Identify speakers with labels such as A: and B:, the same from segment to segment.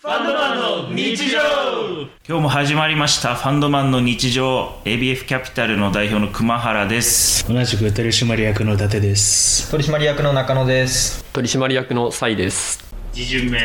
A: ファンドマンの日常
B: 今日も始まりましたファンドマンの日常 ABF キャピタルの代表の熊原です
C: 同じく取締役の伊達です
D: 取締役の中野です
E: 取締役のサイです
A: 2巡目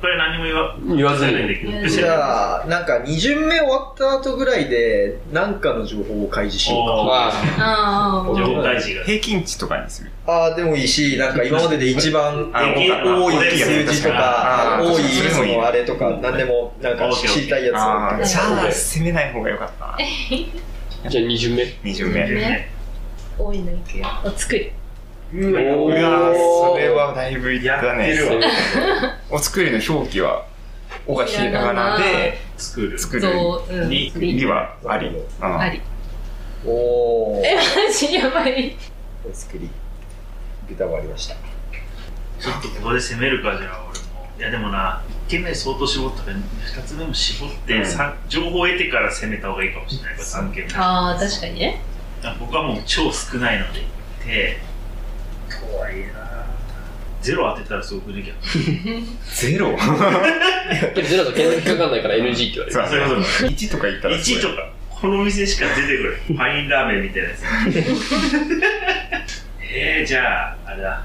A: これ何も言わ
E: 言わず
A: ないん
E: に
A: だけど
D: じゃあなんか2巡目終わった後ぐらいで何かの情報を開示しよ
A: おー
F: あ
D: うか
A: 情報開示が
G: 平均値とかにする。
D: ああでもいいしなんか今までで一番
G: あ
A: できる
D: 多い数字とか
G: あ
D: 多
G: そ
D: い
G: れもいい
D: そのあれとか何でもなんか知りたいやつ
G: ああ、
F: ー
G: じゃあ、攻めない方が良かったな。
E: じゃあ2巡目
G: 二巡
F: ー
G: 目。
F: ね多いのいくよお作り
G: うわ
D: おー
G: ーそれはだいぶいったね。
A: やってるわ
G: お作りの表記は、おがひらがなで、
A: 作る
G: 作る。
F: ぞううん
A: り
G: りはあり。うん
F: あり
D: おおー
F: えマジやばい
D: お作りギター終わりました
A: ちょっとここで攻めるかじゃあ俺もいやでもな1軒目相当絞ったから2つ目も絞って、
G: うん
A: さ情報を得てから攻めた方がいいかもしれないこれ3軒目
F: ああ確かにね
A: 僕はもう超少ないので行ってとはいえなゼロ当てたらすごくね逆に
G: ゼロ
E: でもゼロだと検索かかんないから NG って言われる
G: そう
A: そういうこと
G: そう。1とか言っ たらすご
A: 1
G: い。
A: とかこのお店しか出てくるファインラーメンみたいなやつ えー、じゃああれだ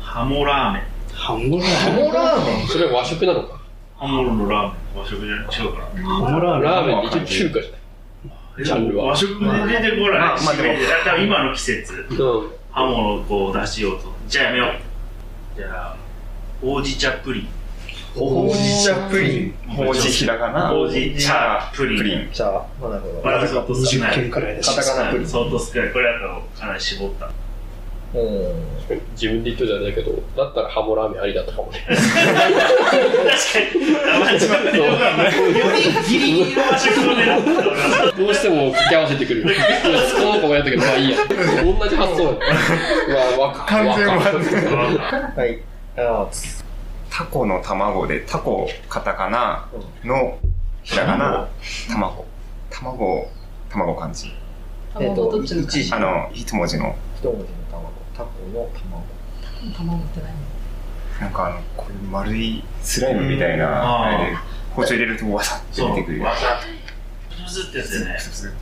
A: ハモラーメン
C: ハンモラ
D: モラーメ
E: それは和食なのか
A: ハモのラーメン和食じゃない違うかな
C: ーメンハンモラーメン
E: ラーメンって一応中華じゃないジャンルは
A: 和食で出てこない、
G: まあまあでも
A: だから今の季節
E: うん
A: ハモのこう出しようとじゃあやめようじゃあほうじ茶プリン
D: ほうじ茶プリン
G: ンほうじひらがな。
A: ほうじ茶プリン
G: プリン。
D: じゃあまあなるほ
A: バランスが少な
C: 20
A: い
C: 件くらいだし
D: カタカナプリン
A: 相当少ないこれだとかなり絞った
D: どうん
E: 自分で言っとるじゃないけどだったらハモラーメンありだったかも ね
A: 確かに生一番のよかったギリギリの和食を狙ってた俺は
E: どうしても掛け合わせてく るこの子もやったけどまあいいや同じ発想やうわわか
G: 完全
E: わか
D: はいあ
G: タコの卵で、タコ、カタカナのひらがな、卵。卵、卵漢字。
D: ーえっ
F: 卵
D: と
F: どっちの
D: 一
F: か
D: 時
G: あの、一文字の。
D: 一文字の卵タコの卵
F: 卵ってない
G: なんかあの、これ丸いスライムみたいな、
A: うん
G: あれで、包丁入れるとわさって
A: そう
G: 出てくるや
A: わざとブズってやつだよね
G: つ。す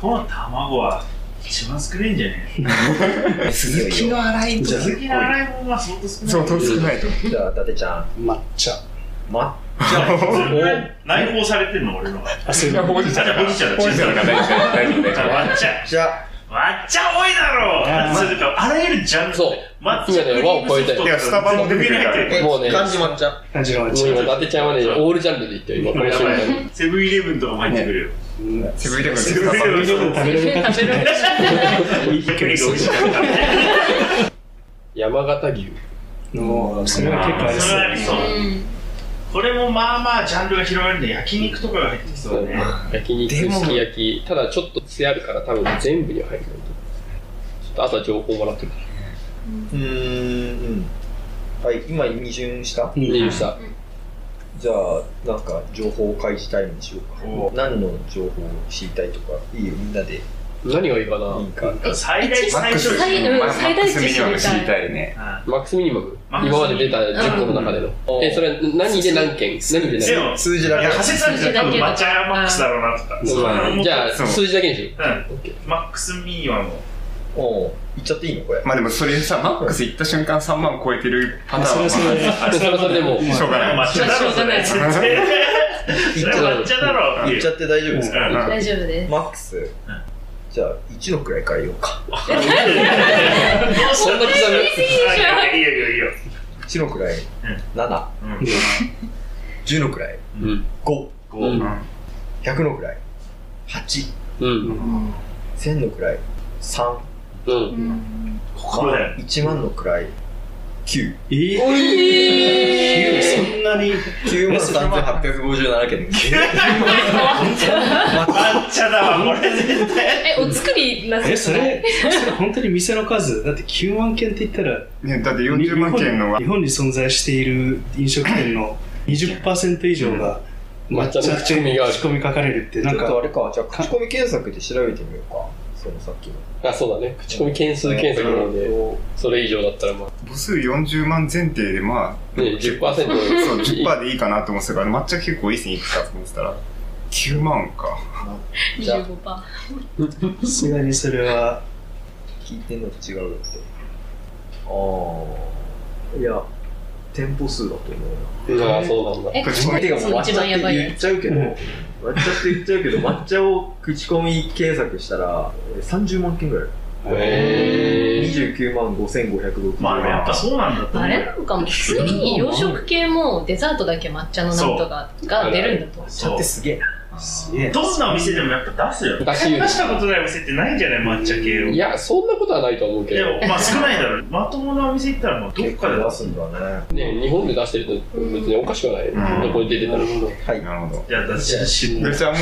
A: この卵は一番少ないんじゃね
G: 鈴木の洗い
A: え
G: と
A: 次の洗い物は相当少ない
G: 相当少ないと。
D: じゃあ伊達ちゃん
C: 抹茶
D: ま
A: 内包されてんの俺のが
C: あそういう
G: いやほう
C: の
G: じ茶だか
A: ほ
G: ら。
A: うじ茶だ
G: ほうじ茶だから大丈夫、大丈夫、大丈
A: わっちゃ
D: じゃあ
A: わっちゃ多いだろうそれからあらゆるジャンル
E: そう
A: 抹茶
E: 今ね和を超えたよ
G: いやスタバも出てくるから
D: え
E: もうね
D: 漢字抹茶
C: 感じの
E: もう今伊
C: 抹茶
E: 達ちゃんはねオールジャンルで言ってよ今この瞬間に
A: セブンイレブンとかも入ってくるよ
C: うん
G: 夫。セブンイレブン
A: セブンイレブン
C: 食べれる感じ
F: 食べる
A: 逆に美味しかった
E: 山形牛
C: のそれは結構あり
A: そ
C: そ
A: れはあ
C: う
A: りそう
F: うん
A: これもまあまあジャンルが広がるんで焼肉とかが入ってきそうだね
E: 焼
G: で
E: 肉
G: も
E: すき焼きただちょっと癖あるから多分全部には入るないとちょっと朝情報もらってる
D: うーんうんはい今二巡した
C: うん
E: 入社
D: じゃあなんか情報を開示タイムにしよう
A: お
D: か何の情報を知りたいとかいいよみんなでいい
E: 何がいいかな
D: か
A: 最大
G: マッ
A: 最
G: クス
A: 小
F: マックス最うん
G: マックスミニマム
F: 最大値知り
G: 知
F: たい
G: りたいね。
A: あ
E: マックスミニマム
A: マックスミニマ
E: 今
A: ム
E: まで出た10個の中での、
D: うん
E: えそれ何で何件何で何
A: で
E: 件
A: も
D: 数字
A: い
D: だ
A: や
D: け
A: 仮説あるじゃん多分抹茶がマックスだろうなとか
E: そうだねじゃあ
G: そう
E: 数字だけにしよ
A: うん
E: う、オッケー
A: マックスミニマムを
D: おう言っちゃっていいのこれ
G: まあでもそれさ、マックス行った瞬間3万超えてるパタ
C: そ
G: ーン
C: れ
G: は
C: はそ
E: それ
C: れで
E: はそれでもう
G: まあしょうがない。
A: 抹茶だろそれ
F: そ
A: 絶対それ抹茶だろ
D: 言っちゃって大丈夫ですか
A: うん
F: 大丈夫です
D: マックスじゃあ1の位変えようか
E: そんな刻
A: いやいやいやいや
D: 1の位
A: ん
D: 710
A: うん
E: みう
D: の位
E: ん
D: 5100
A: こう
D: の位8000
E: うん
D: の位
E: うん
A: ここだよ
D: 31万の位9
C: えーそんなに
D: 9万3857件
A: 抹茶だわこれ絶対
F: えお作りなさ
C: えそれそれ本当に店の数だって9万件って言ったら
G: ね、だって40万件のは
C: 日本に存在している飲食店の20%以上が
E: 抹茶の口コミがある
C: 口コミ書かれるってな
D: ち
C: ん
D: ょっとあ
C: か
D: れかじゃあ口コミ検索で調べてみようかそのさっきの。
E: あ、そうだね。口コミ件数検索なので、それ以上だったらまあ、
G: 母数40万前提で、まあ、
E: ね、10%
G: そう、
E: で。
G: 10%でいいかなと思ってたから、抹茶結構いい線いくかと思ってたら、9万か。
D: じゃあ
F: 25%パ
C: さすがにそれ は、
D: 聞いてんのと違うよって。ああ。いや、店舗数だと思うな。
E: ああ、そうなんだ。
F: ー。え、
G: 口コミ
D: てかもう
F: そ
D: 抹
F: う一
D: 茶っ
F: 番
D: て
F: やばい
D: 言
F: や
D: っちゃうけど、抹茶って言っちゃうけど、抹茶を口コミ検索したら、30万件ぐらい。
E: へえ。
D: 29万5560
A: まあでもやっぱそうなんだと
F: つ。
A: 思
F: あ
A: う
F: れ
A: よ
F: なのかも、普通に洋食系もデザートだけ抹茶のなんとかが出るんだと。
D: 抹茶ってすげえな。
A: すげえどんなお店でもやっぱ出すよ
E: 出し売り
A: 出したことないお店ってないんじゃない抹茶系を
E: いや、そんなことはないと思うけ
A: で
E: ど、
A: もまあ少ないだろうまともなお店行ったらもうどっ
D: 結
A: か
D: 構
A: で
D: 出
A: 出
D: す
A: す
D: ん
A: んだ
D: だね。
E: ね、日本で出してると別におかしくはない。
G: ん
E: どこに出てたら。
D: はい。
G: なるほど。
A: じゃあ私し
G: じゃあも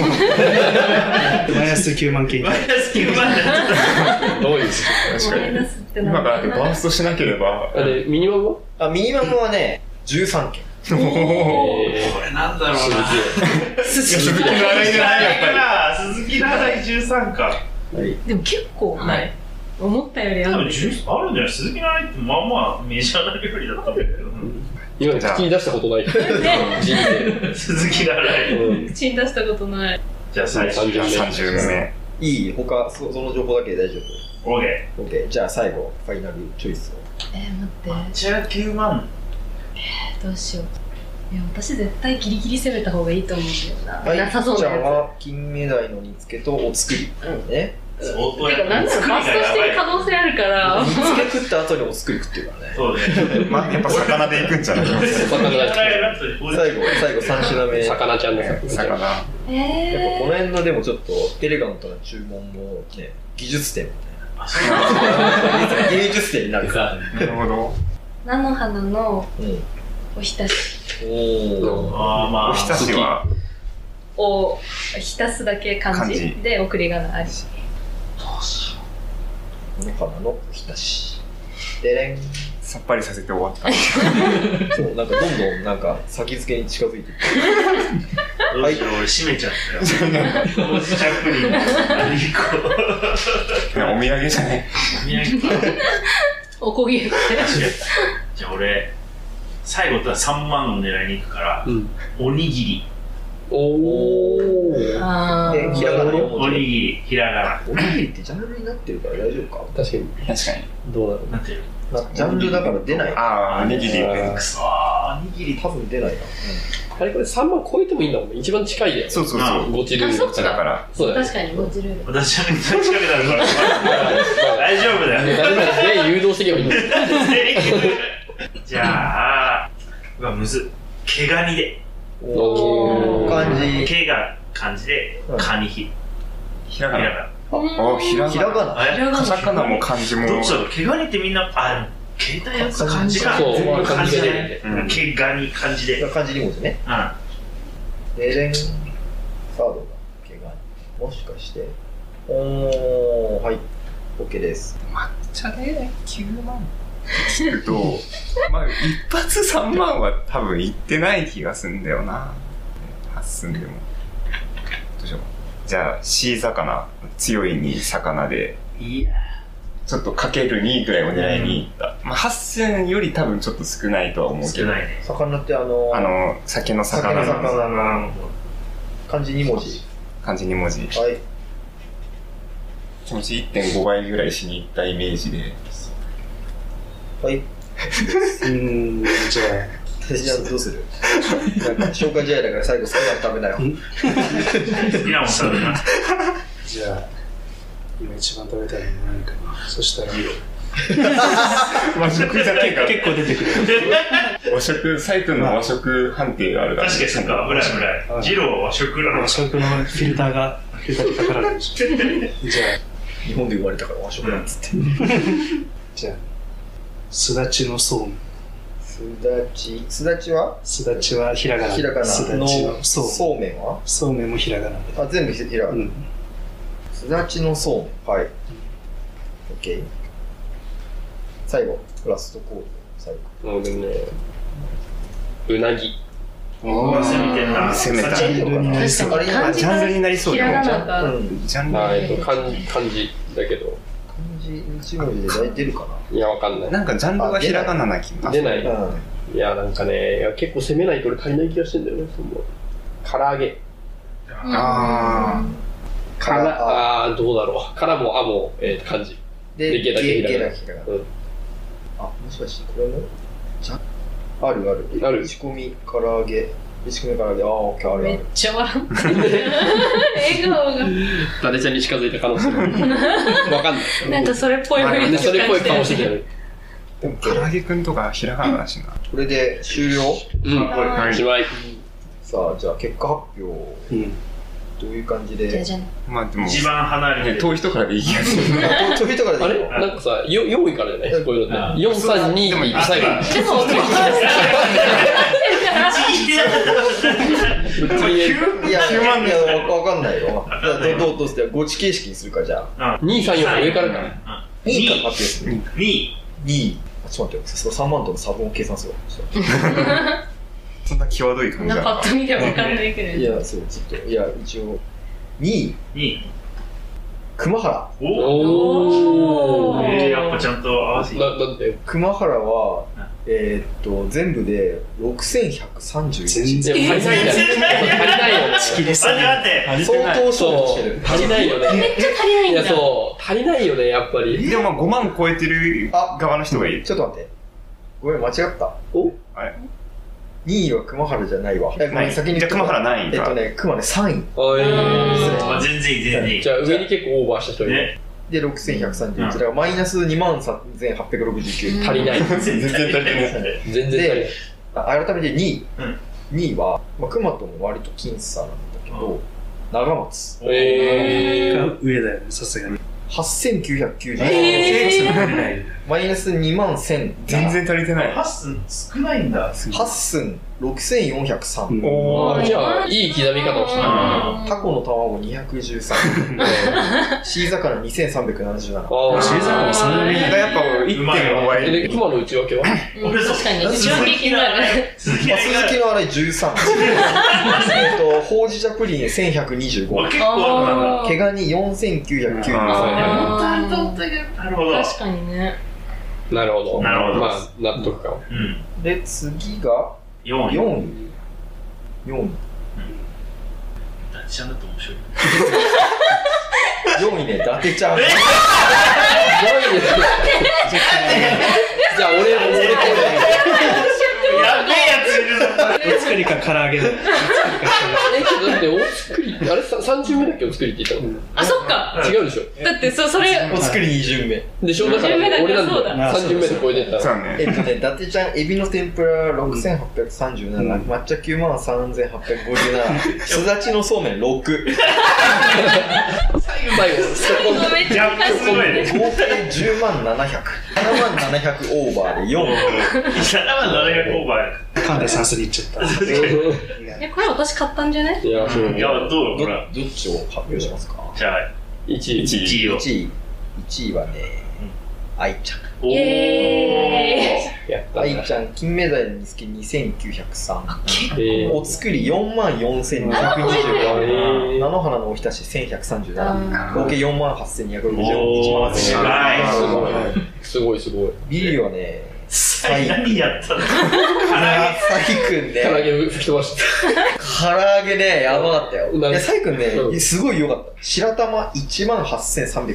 G: う、
C: マイナス9万件以下。
A: 好きまで
E: どういう
G: 確
F: マ
G: か
F: イ
G: に
F: ナ。スって
G: 今
F: な
G: からバーストしなければ。
E: あれ、ミニマムは
D: あ、ミニマムはね、13件。
G: おー
E: え
A: これなんだろう
E: ー、
A: な
G: 鈴木の洗いじゃないやっぱり。
A: 鈴木の洗い13か
F: でも結構ない。思ったより
A: 多
F: あ
A: 分
F: る。
A: 10あるんじゃない鈴木の洗いってまあまあメジャーな料理だったんだけど
E: 今まで口に出したことない。
F: ね
E: 人生。
A: 鈴木の洗い
E: うん
F: 口に出したことない。
A: じゃあ最初
E: 30名
G: 30名。
D: いい他そ、その情報だけで大丈
A: OK
D: 夫。OK。じゃあ最後、ファイナルチョイスを。
F: えー、待
A: 抹
F: っ
A: 茶が9万
F: て。どうしよう。いや、私絶対ギリギリ攻めた方がいいと思うんだよ
D: は
F: な。
D: い、
F: なさそう
D: じ
F: な
D: ゃあ
F: や
D: は、金目鯛の煮付けとお作り。ね。
A: 相
F: つ。
A: 当
F: てか、なんならバストしてる可能性あるから
D: 煮。付け食った後にお作り食ってるから ね。
A: そうね
G: まあ、やっぱ魚で行くんじゃない
E: 魚
D: 最後、最後3品目。やっぱ
E: 魚ちゃんの魚ちゃん
G: 魚。
F: え
D: この辺のでもちょっとエレガントな注文もね、技術点みたいな。芸術点になるか
G: な
D: ら。
G: るほど。
F: ー。菜の花の
D: うん。
F: おひたし
D: おー。
A: ああま
G: お
A: あ
G: ひたしは、
F: を浸すだけ漢
G: 漢
F: 字
G: 字
F: で送り仮名あり。
D: この花のおひたし。でれん。
G: さっぱりさせて終わった。
D: そう、なんかどんどんなんか先付けに近づいていく。
A: どうしよう俺閉めちゃったよおじちゃくに何こう
G: お土産じゃない。
A: 宮城さん
F: おこげって。
A: じゃあ俺最後は3万を狙いに行くから
E: うん。
A: おにぎり
E: おー。
F: あ
D: で、ひ
F: ー
D: らがな4
A: お
D: 文
A: に
D: 字。
A: ぎりひらが
D: おにぎりってジャンルになってるから大丈夫か
E: 確かに。
G: 確かに。
E: どうだろ
A: ななんていうの
D: なジャンルだから出ない。
G: ああ、おにぎり。
E: あー
A: くそーおにぎり
D: 多分出ないな。
E: う。あれこれ3万超えてもいいんだもんね。一番近いやつ。
G: そうそうそう。
E: ゴチルー
F: あ
E: ル。
F: そっ
G: だ
F: か
G: から、
E: そうだよね。
F: 確かに、ゴチルール。
A: 私はめっちゃ近くなるから
E: まあ
A: 大丈夫だ よ
E: 誰か全員誘導していけばいいんだよ。
A: じゃあうわむずっ毛ガニで
E: おー
D: 漢字。
A: 毛が漢字で
D: うん
A: カニひ
G: ひら
A: ひら
G: が
A: が
G: な。
A: な
G: お、ひら
D: ひら
G: がな。
D: がな。
A: あ
F: ひ
A: れ
F: らが
G: カ
F: な
G: タカナも漢字も。
A: どっちだろう毛ガニってみんなあでも携帯やつ漢字か
E: そう、
A: 全部
E: 感
A: 漢
E: じ
A: 字
E: で
A: で
G: うん
A: 毛ガニ漢字でうん
D: 漢字2文字ね。
A: あ
D: でれん。サードが怪我に。もしかして。おー、はい。OK です。
G: 茶で9万って聞くと、まあ、一発3万は多分いってない気がすんだよな。8んでも。どうしよう。じゃあ、C 魚、強いに魚で、
A: いや
G: ちょっとかける2ぐらいを狙いに行った。まあ、8000より多分ちょっと少ないとは思うけ
A: 少
G: ど。
A: ないね
D: 魚ってあの
G: あの、酒の
D: 酒の
G: 魚の
D: 魚な漢字2文字。
G: 漢字2文字。
D: はい。
G: 気持ち1.5倍ぐらいしに行ったイメージで。
D: はい。
C: うーん、じゃ
D: じゃあどうするなんか紹介試合だから最後好きなの食べなよ。
A: 好きなもん食べな
C: あ、じゃあ、今一番食べたいのは何かな。そしたら、
G: 和食じゃないか。
C: 結構出てくる。
G: 和食、サイトの和食判定があるから。
A: 確かにそっか、危ない危な。
C: はいい
A: ジローは食なの
C: 和
A: か。
C: 食のフィルターが、フィルターにかからないでしょ。じゃあ、
D: 日本で生まれたから和食なんつって。
C: じゃあ、すだちのそうめん。
D: すだち。すだちは
C: すだちはひらがな。
D: ひらが
C: す
D: な
C: だちの
D: の
C: そうめん。
D: そうめんは
C: そうめんもひらがなで。
D: あ、全部ひらが
C: う
D: な。
C: ん。
D: すだちのそうめん。はい。OK。最後、ラストコール。最後。
E: もうでもね、うなぎ。
G: おー
A: 攻めてんな
G: 攻めた。
D: ジャンルになり
F: 確かに漢字
G: ジャンルになり
F: が
G: そう
F: ひ
G: だ
F: ら
G: ね
F: がなが
D: うん
G: ジャンル
E: あーえっと、漢漢字。だけど、
D: 漢字一文字で大体出るか
E: いや、わかんない。
G: なんかジャンルがひらがなな気が
E: 出ない。
D: な。うん。
E: いや、なんかね、いや結構攻めないと俺足りない気がしてんだよね、その。唐揚げ。
G: あ
E: から、
D: あ
E: あーどうだろう。からも、あも、えー、漢字。
D: で、
E: でゲ
D: ゲ
E: だけ
D: ゲ
E: ひら
D: だ
E: がな
D: けひらがな
E: うん。
D: あ、もしかしてこれもじゃあるある。
E: ある
D: 打ち込み、唐揚げ。打ち込み、唐揚げ。ああ、オッケー、あるあ
F: めっ
D: る。
F: ちゃ笑ってる笑顔が
E: 誰ちゃんに近づいた可能 性もあるわかんない。
F: なんかそれっぽい雰
E: な
F: 囲
E: ん
F: 気
E: でそれっぽい顔してたよね。
G: でも唐揚げくんとかひらがなだしな。
D: これで終了
E: うん。
F: は
E: おしまい。
D: さあ、じゃあ結果発表。
C: うん。
D: どういう感じ
F: じゃあ
D: で。
F: じゃあ
G: まあでも、
A: 一番離れて
G: ね、
A: る。
G: 遠い人からでいい気がす る。
D: あちょいとからで
E: あ
D: いい
E: れ
D: よ
E: なんかさ、よ4位からじゃないこういうの
A: あ
E: って。4、3、2、
A: あ
E: 最後。
A: 今
F: でも分か
E: ぶっつりで
D: い や、
A: 9万
D: いや、わわかんないよ。じゃあどどうどうして、ゴチ形式にするか、じゃあ。
E: 2、3、4上からか。
A: ら。
D: いいから
A: 2
D: 発表する。
A: 位。
D: いい。あちょっと待って、3万との差分を計算するわ。ちょっと
G: そんな際どい感じ
F: んな
G: だ
F: いパ
G: な
F: ッと見で分かんないけ
D: い
F: ど
D: や、そう、ちょっと、いや、一応。2位、
A: 2位。
D: 熊原。
A: お
E: お
A: お。
E: ー。
A: えー、やっぱちゃんと合わせて。
E: な、なんで
D: 熊原は
A: うん、
D: えーっと、全部で6131。
C: 全
E: いや、足
C: 然。
E: りないじゃん。足りないよね。
C: 切りす
A: 待って
C: ぎ
A: 待って。
G: 足りて
D: 相
G: な
D: 当
G: い。
D: 勝負
E: そ
D: してる
E: う。。足りないよね。
F: めっちゃ足りない
E: い
F: んだ
E: や、そう。足りないよね、やっぱり。
G: でもまあ5万超えてる側の人がいる。
D: ちょっと待って。ごめん、間違った。
E: お
G: あれ
D: 2位は熊原じゃないわ。えごめん
G: ない
D: 先に
G: じ
D: 言
G: ゃあ
D: っと
G: 熊
D: く
G: 原何位
D: えっと
G: か。
D: ね、熊ね、
E: あ
D: 3位。
E: えー
A: あ全然いい、全然いい
E: じ。ゃあ上に結構オーバーした人いる。
A: ね。
D: で、6131。
A: うん
D: だから、マイナス23,869。
E: 足りない。
A: 全然足りない。
E: 全然足りない。
D: あ改めて2位。
A: うん
D: 2位は、まあ、熊とも割と僅差なんだけ
A: う
D: ど、長松。
E: えー。
C: が上だよね、さすがに。
D: 8990。
F: えー
C: そんなにない
D: マイナス21,000。
G: 全然足りてない。
A: パス少ないんだ。
D: ハッスン6403、
C: うん
G: お
E: あ
G: ー。
E: じゃあ、いい刻み方をしたな。
D: タコの卵213、シーザカナ2377、
E: あ
C: シーズンもそんな
G: が
C: に
G: やっぱ1.5
E: えで、
G: 倍。
E: 熊の内訳は
F: うん確かに一番気になる
A: 鈴木
D: まあ、鈴木
A: が。
D: の洗い13、えっと、ほうじ茶プリン1115、
A: 結構あるな。
F: あー
D: 毛ガニ4993、
A: 本当あ
F: あ
A: ると思っ
F: ー
A: たけど。なるほど。
F: 確かにね
E: なるほど。
A: なるほど
E: まあ、納 得感。
A: うん。
D: で、次が
A: 4
D: 4
A: 位。
D: 位。4位。
A: ダチちゃんだと面白い。
D: 4位ね、伊達ちゃん。
A: え
E: ないですよじゃあ、俺、俺こ
A: やべえやついるぞ。
C: お作りか唐揚げだよ。
E: れ。え、ちょっと待って、お作り、あれ、さ30目だっけお作りって言ったの
F: あそっか
E: 違うでし
F: だってそうそれ
D: お作り2巡目。
E: ょでしょだから、
F: 30目だから
E: 俺なんだよ
F: そうだ
E: 30目で超えてった
G: そう
E: ら。
G: だね
D: え。っとね、伊達ちゃん、エビの天ぷら6837、
C: うん
D: 抹茶93,857、すだちのそうめん6。
E: 最後、そ
F: 最後めっちゃ難し
A: すごいね。
D: 合計10万700。7万700オーバーで4。
A: 7万700オーバ
C: カンタさんそれ言っちゃった。
E: こ。
F: えこれ私買ったんじゃない
E: いや、そう
A: ー。い。や、どう
D: ど
A: ほら。
D: どっちを発表しますか
A: じゃあ、
E: 1位。
A: 1位を。
D: ?1 位。1位はね、愛ちゃん。
A: お
F: イエ
E: やったな。
D: 愛ちゃん、金メダルにつき2903。
E: えー
D: お作り4万
E: あ
D: 4224。
E: れ
D: 菜の花のおひたし1137。
F: あ
D: 合計4万8261。1
A: お
D: 万
A: ー、す
D: 8000
A: ごい。
E: すごいすごい。
D: ビリはね、
A: 最何やったの
D: あサイくん
E: 唐揚
D: ね、
E: げ吹き飛ばして。
D: 唐揚げね、やばかったよ。
E: う
D: い
E: なぎ
D: や、サイくん
E: う
D: ね、
E: ん
D: すごい良かった。白玉1万8300。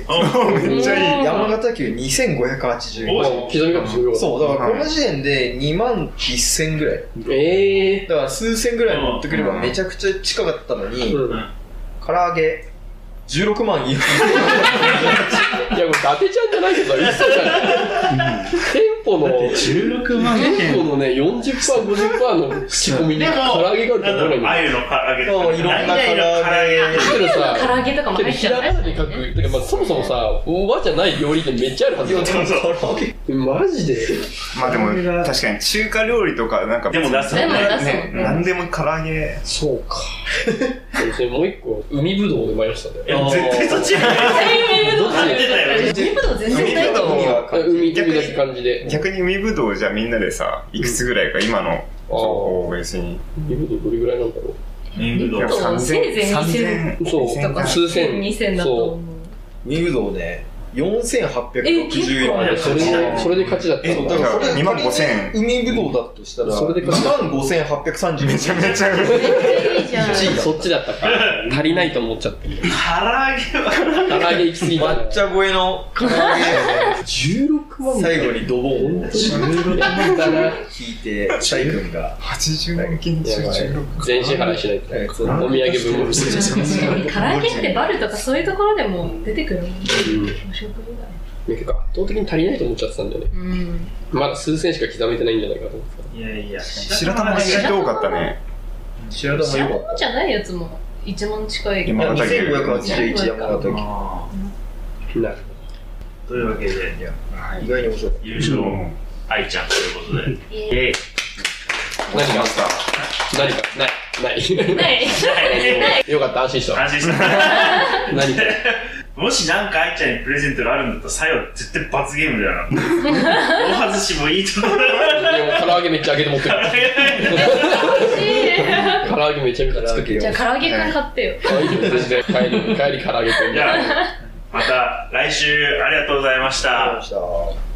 G: めっちゃいい。
D: 山形牛2580
A: お
E: もう刻み方すごいよ。
D: そうだか
G: は
D: ら
G: い
D: この時点で2万1000ぐらい
E: え
D: だから数千ぐらい持ってくれ
G: う
D: ば
G: ん
D: めちゃくちゃ近かったの
E: ー。
D: に、
E: うん
D: 唐揚げ16万4
E: いや、これ、伊達ちゃんじゃないけど、一緒じゃない。店舗の、
C: 16万
E: 店舗
C: 円。
E: のね、40%、50%の口コミに
A: でも
E: 唐揚げがあると思わな
A: あゆの唐揚げ
E: いんだよ。
D: そういろんな唐揚
E: け
D: げ
E: どさ、
F: 唐揚げとかも
E: けど
F: 入っ
E: ひ
F: ちゃ
E: ら
F: う
E: がなで書く、てかまあそもそもさ、おばじゃない料理店めっちゃあるはずだよ。
A: そうそう
D: 唐揚げ
E: マジで
G: まあでも確かに中華料理とかなんか
A: でも出す
F: でも出す
G: ね、
F: うん
G: 何でも唐揚げ。
E: そうか。それもう一個、海ぶどうで迷したんだよ。
A: いや、絶対そっちや
E: どっち
A: ってたよ。
F: 言うこと全然ないと思う
D: 海は
E: 海、海だけ感じで。
G: 逆に海ぶどうじゃあみんなでさ、いくつぐらいか今の情報を別に。
E: 海ぶどうどれぐらいなんだろ
A: メンブド
F: あ
A: ウ。
F: そうせいぜい2000
G: 3000
E: う。そう、
G: 2000
E: 数
F: 2000
E: 千。
F: 2000だと
E: そ
F: 思う
E: う。
D: ウィングドウね、4864円で
F: え結
E: それで、それで勝ちだった
G: え
E: ん
D: だ
E: だ。
D: からこれ
G: 2万5000
D: ウィングドウだとしたら、
E: それで勝ち
D: 2万5830円。
G: めちゃめちゃ
F: めっちゃいいじゃん。
D: 1位だ。
E: そっちだったか。 足りないと思っちゃって。
A: 唐揚げは
E: 唐揚げ行き過ぎた。
D: 抹茶越えの唐揚げ
E: 16万
D: 最後にドボンを
E: 16万だな。
D: 引いて、シャイ君が、
G: 80円金中16
E: 全支払いしないと。
D: えーそ
E: お
D: の
E: 土産分も。
F: 確かに唐揚げってバルとかそういうところでも出てくるもんね。
E: うん
F: お食事だね。
E: 結構圧倒的に足りないと思っちゃってたんだよね。
F: うん。
E: まだ数千しか刻めてないんじゃないかと思って
A: いやいや
G: 白玉が意外と多かったね
D: 白玉
F: 白
D: よか
F: 玉じゃないやつも1万近い。
G: 今
D: った。いや、2581で山形県。
A: あ
E: た。なる
A: ーというわけで
D: 意外に面白かっ
A: 優勝愛ちゃんと いうことでイエーイ
E: ほど。何があった何かない。ない。
F: ない。
E: よかった、安心した。
A: 安心した
E: 何か。
A: もしなんか愛ちゃんにプレゼントがあるんだったら最後絶対罰ゲームだよな大外しもいいと思う
E: でも唐揚げめっちゃ揚げて持ってる。唐揚げめちゃめちゃ作ってる。
F: じゃあ唐揚げくん買ってよ。
E: 唐揚げ全然帰り、帰り唐揚げくん
A: じゃあまた来週ありがとうございました
D: た。ありがとうございました。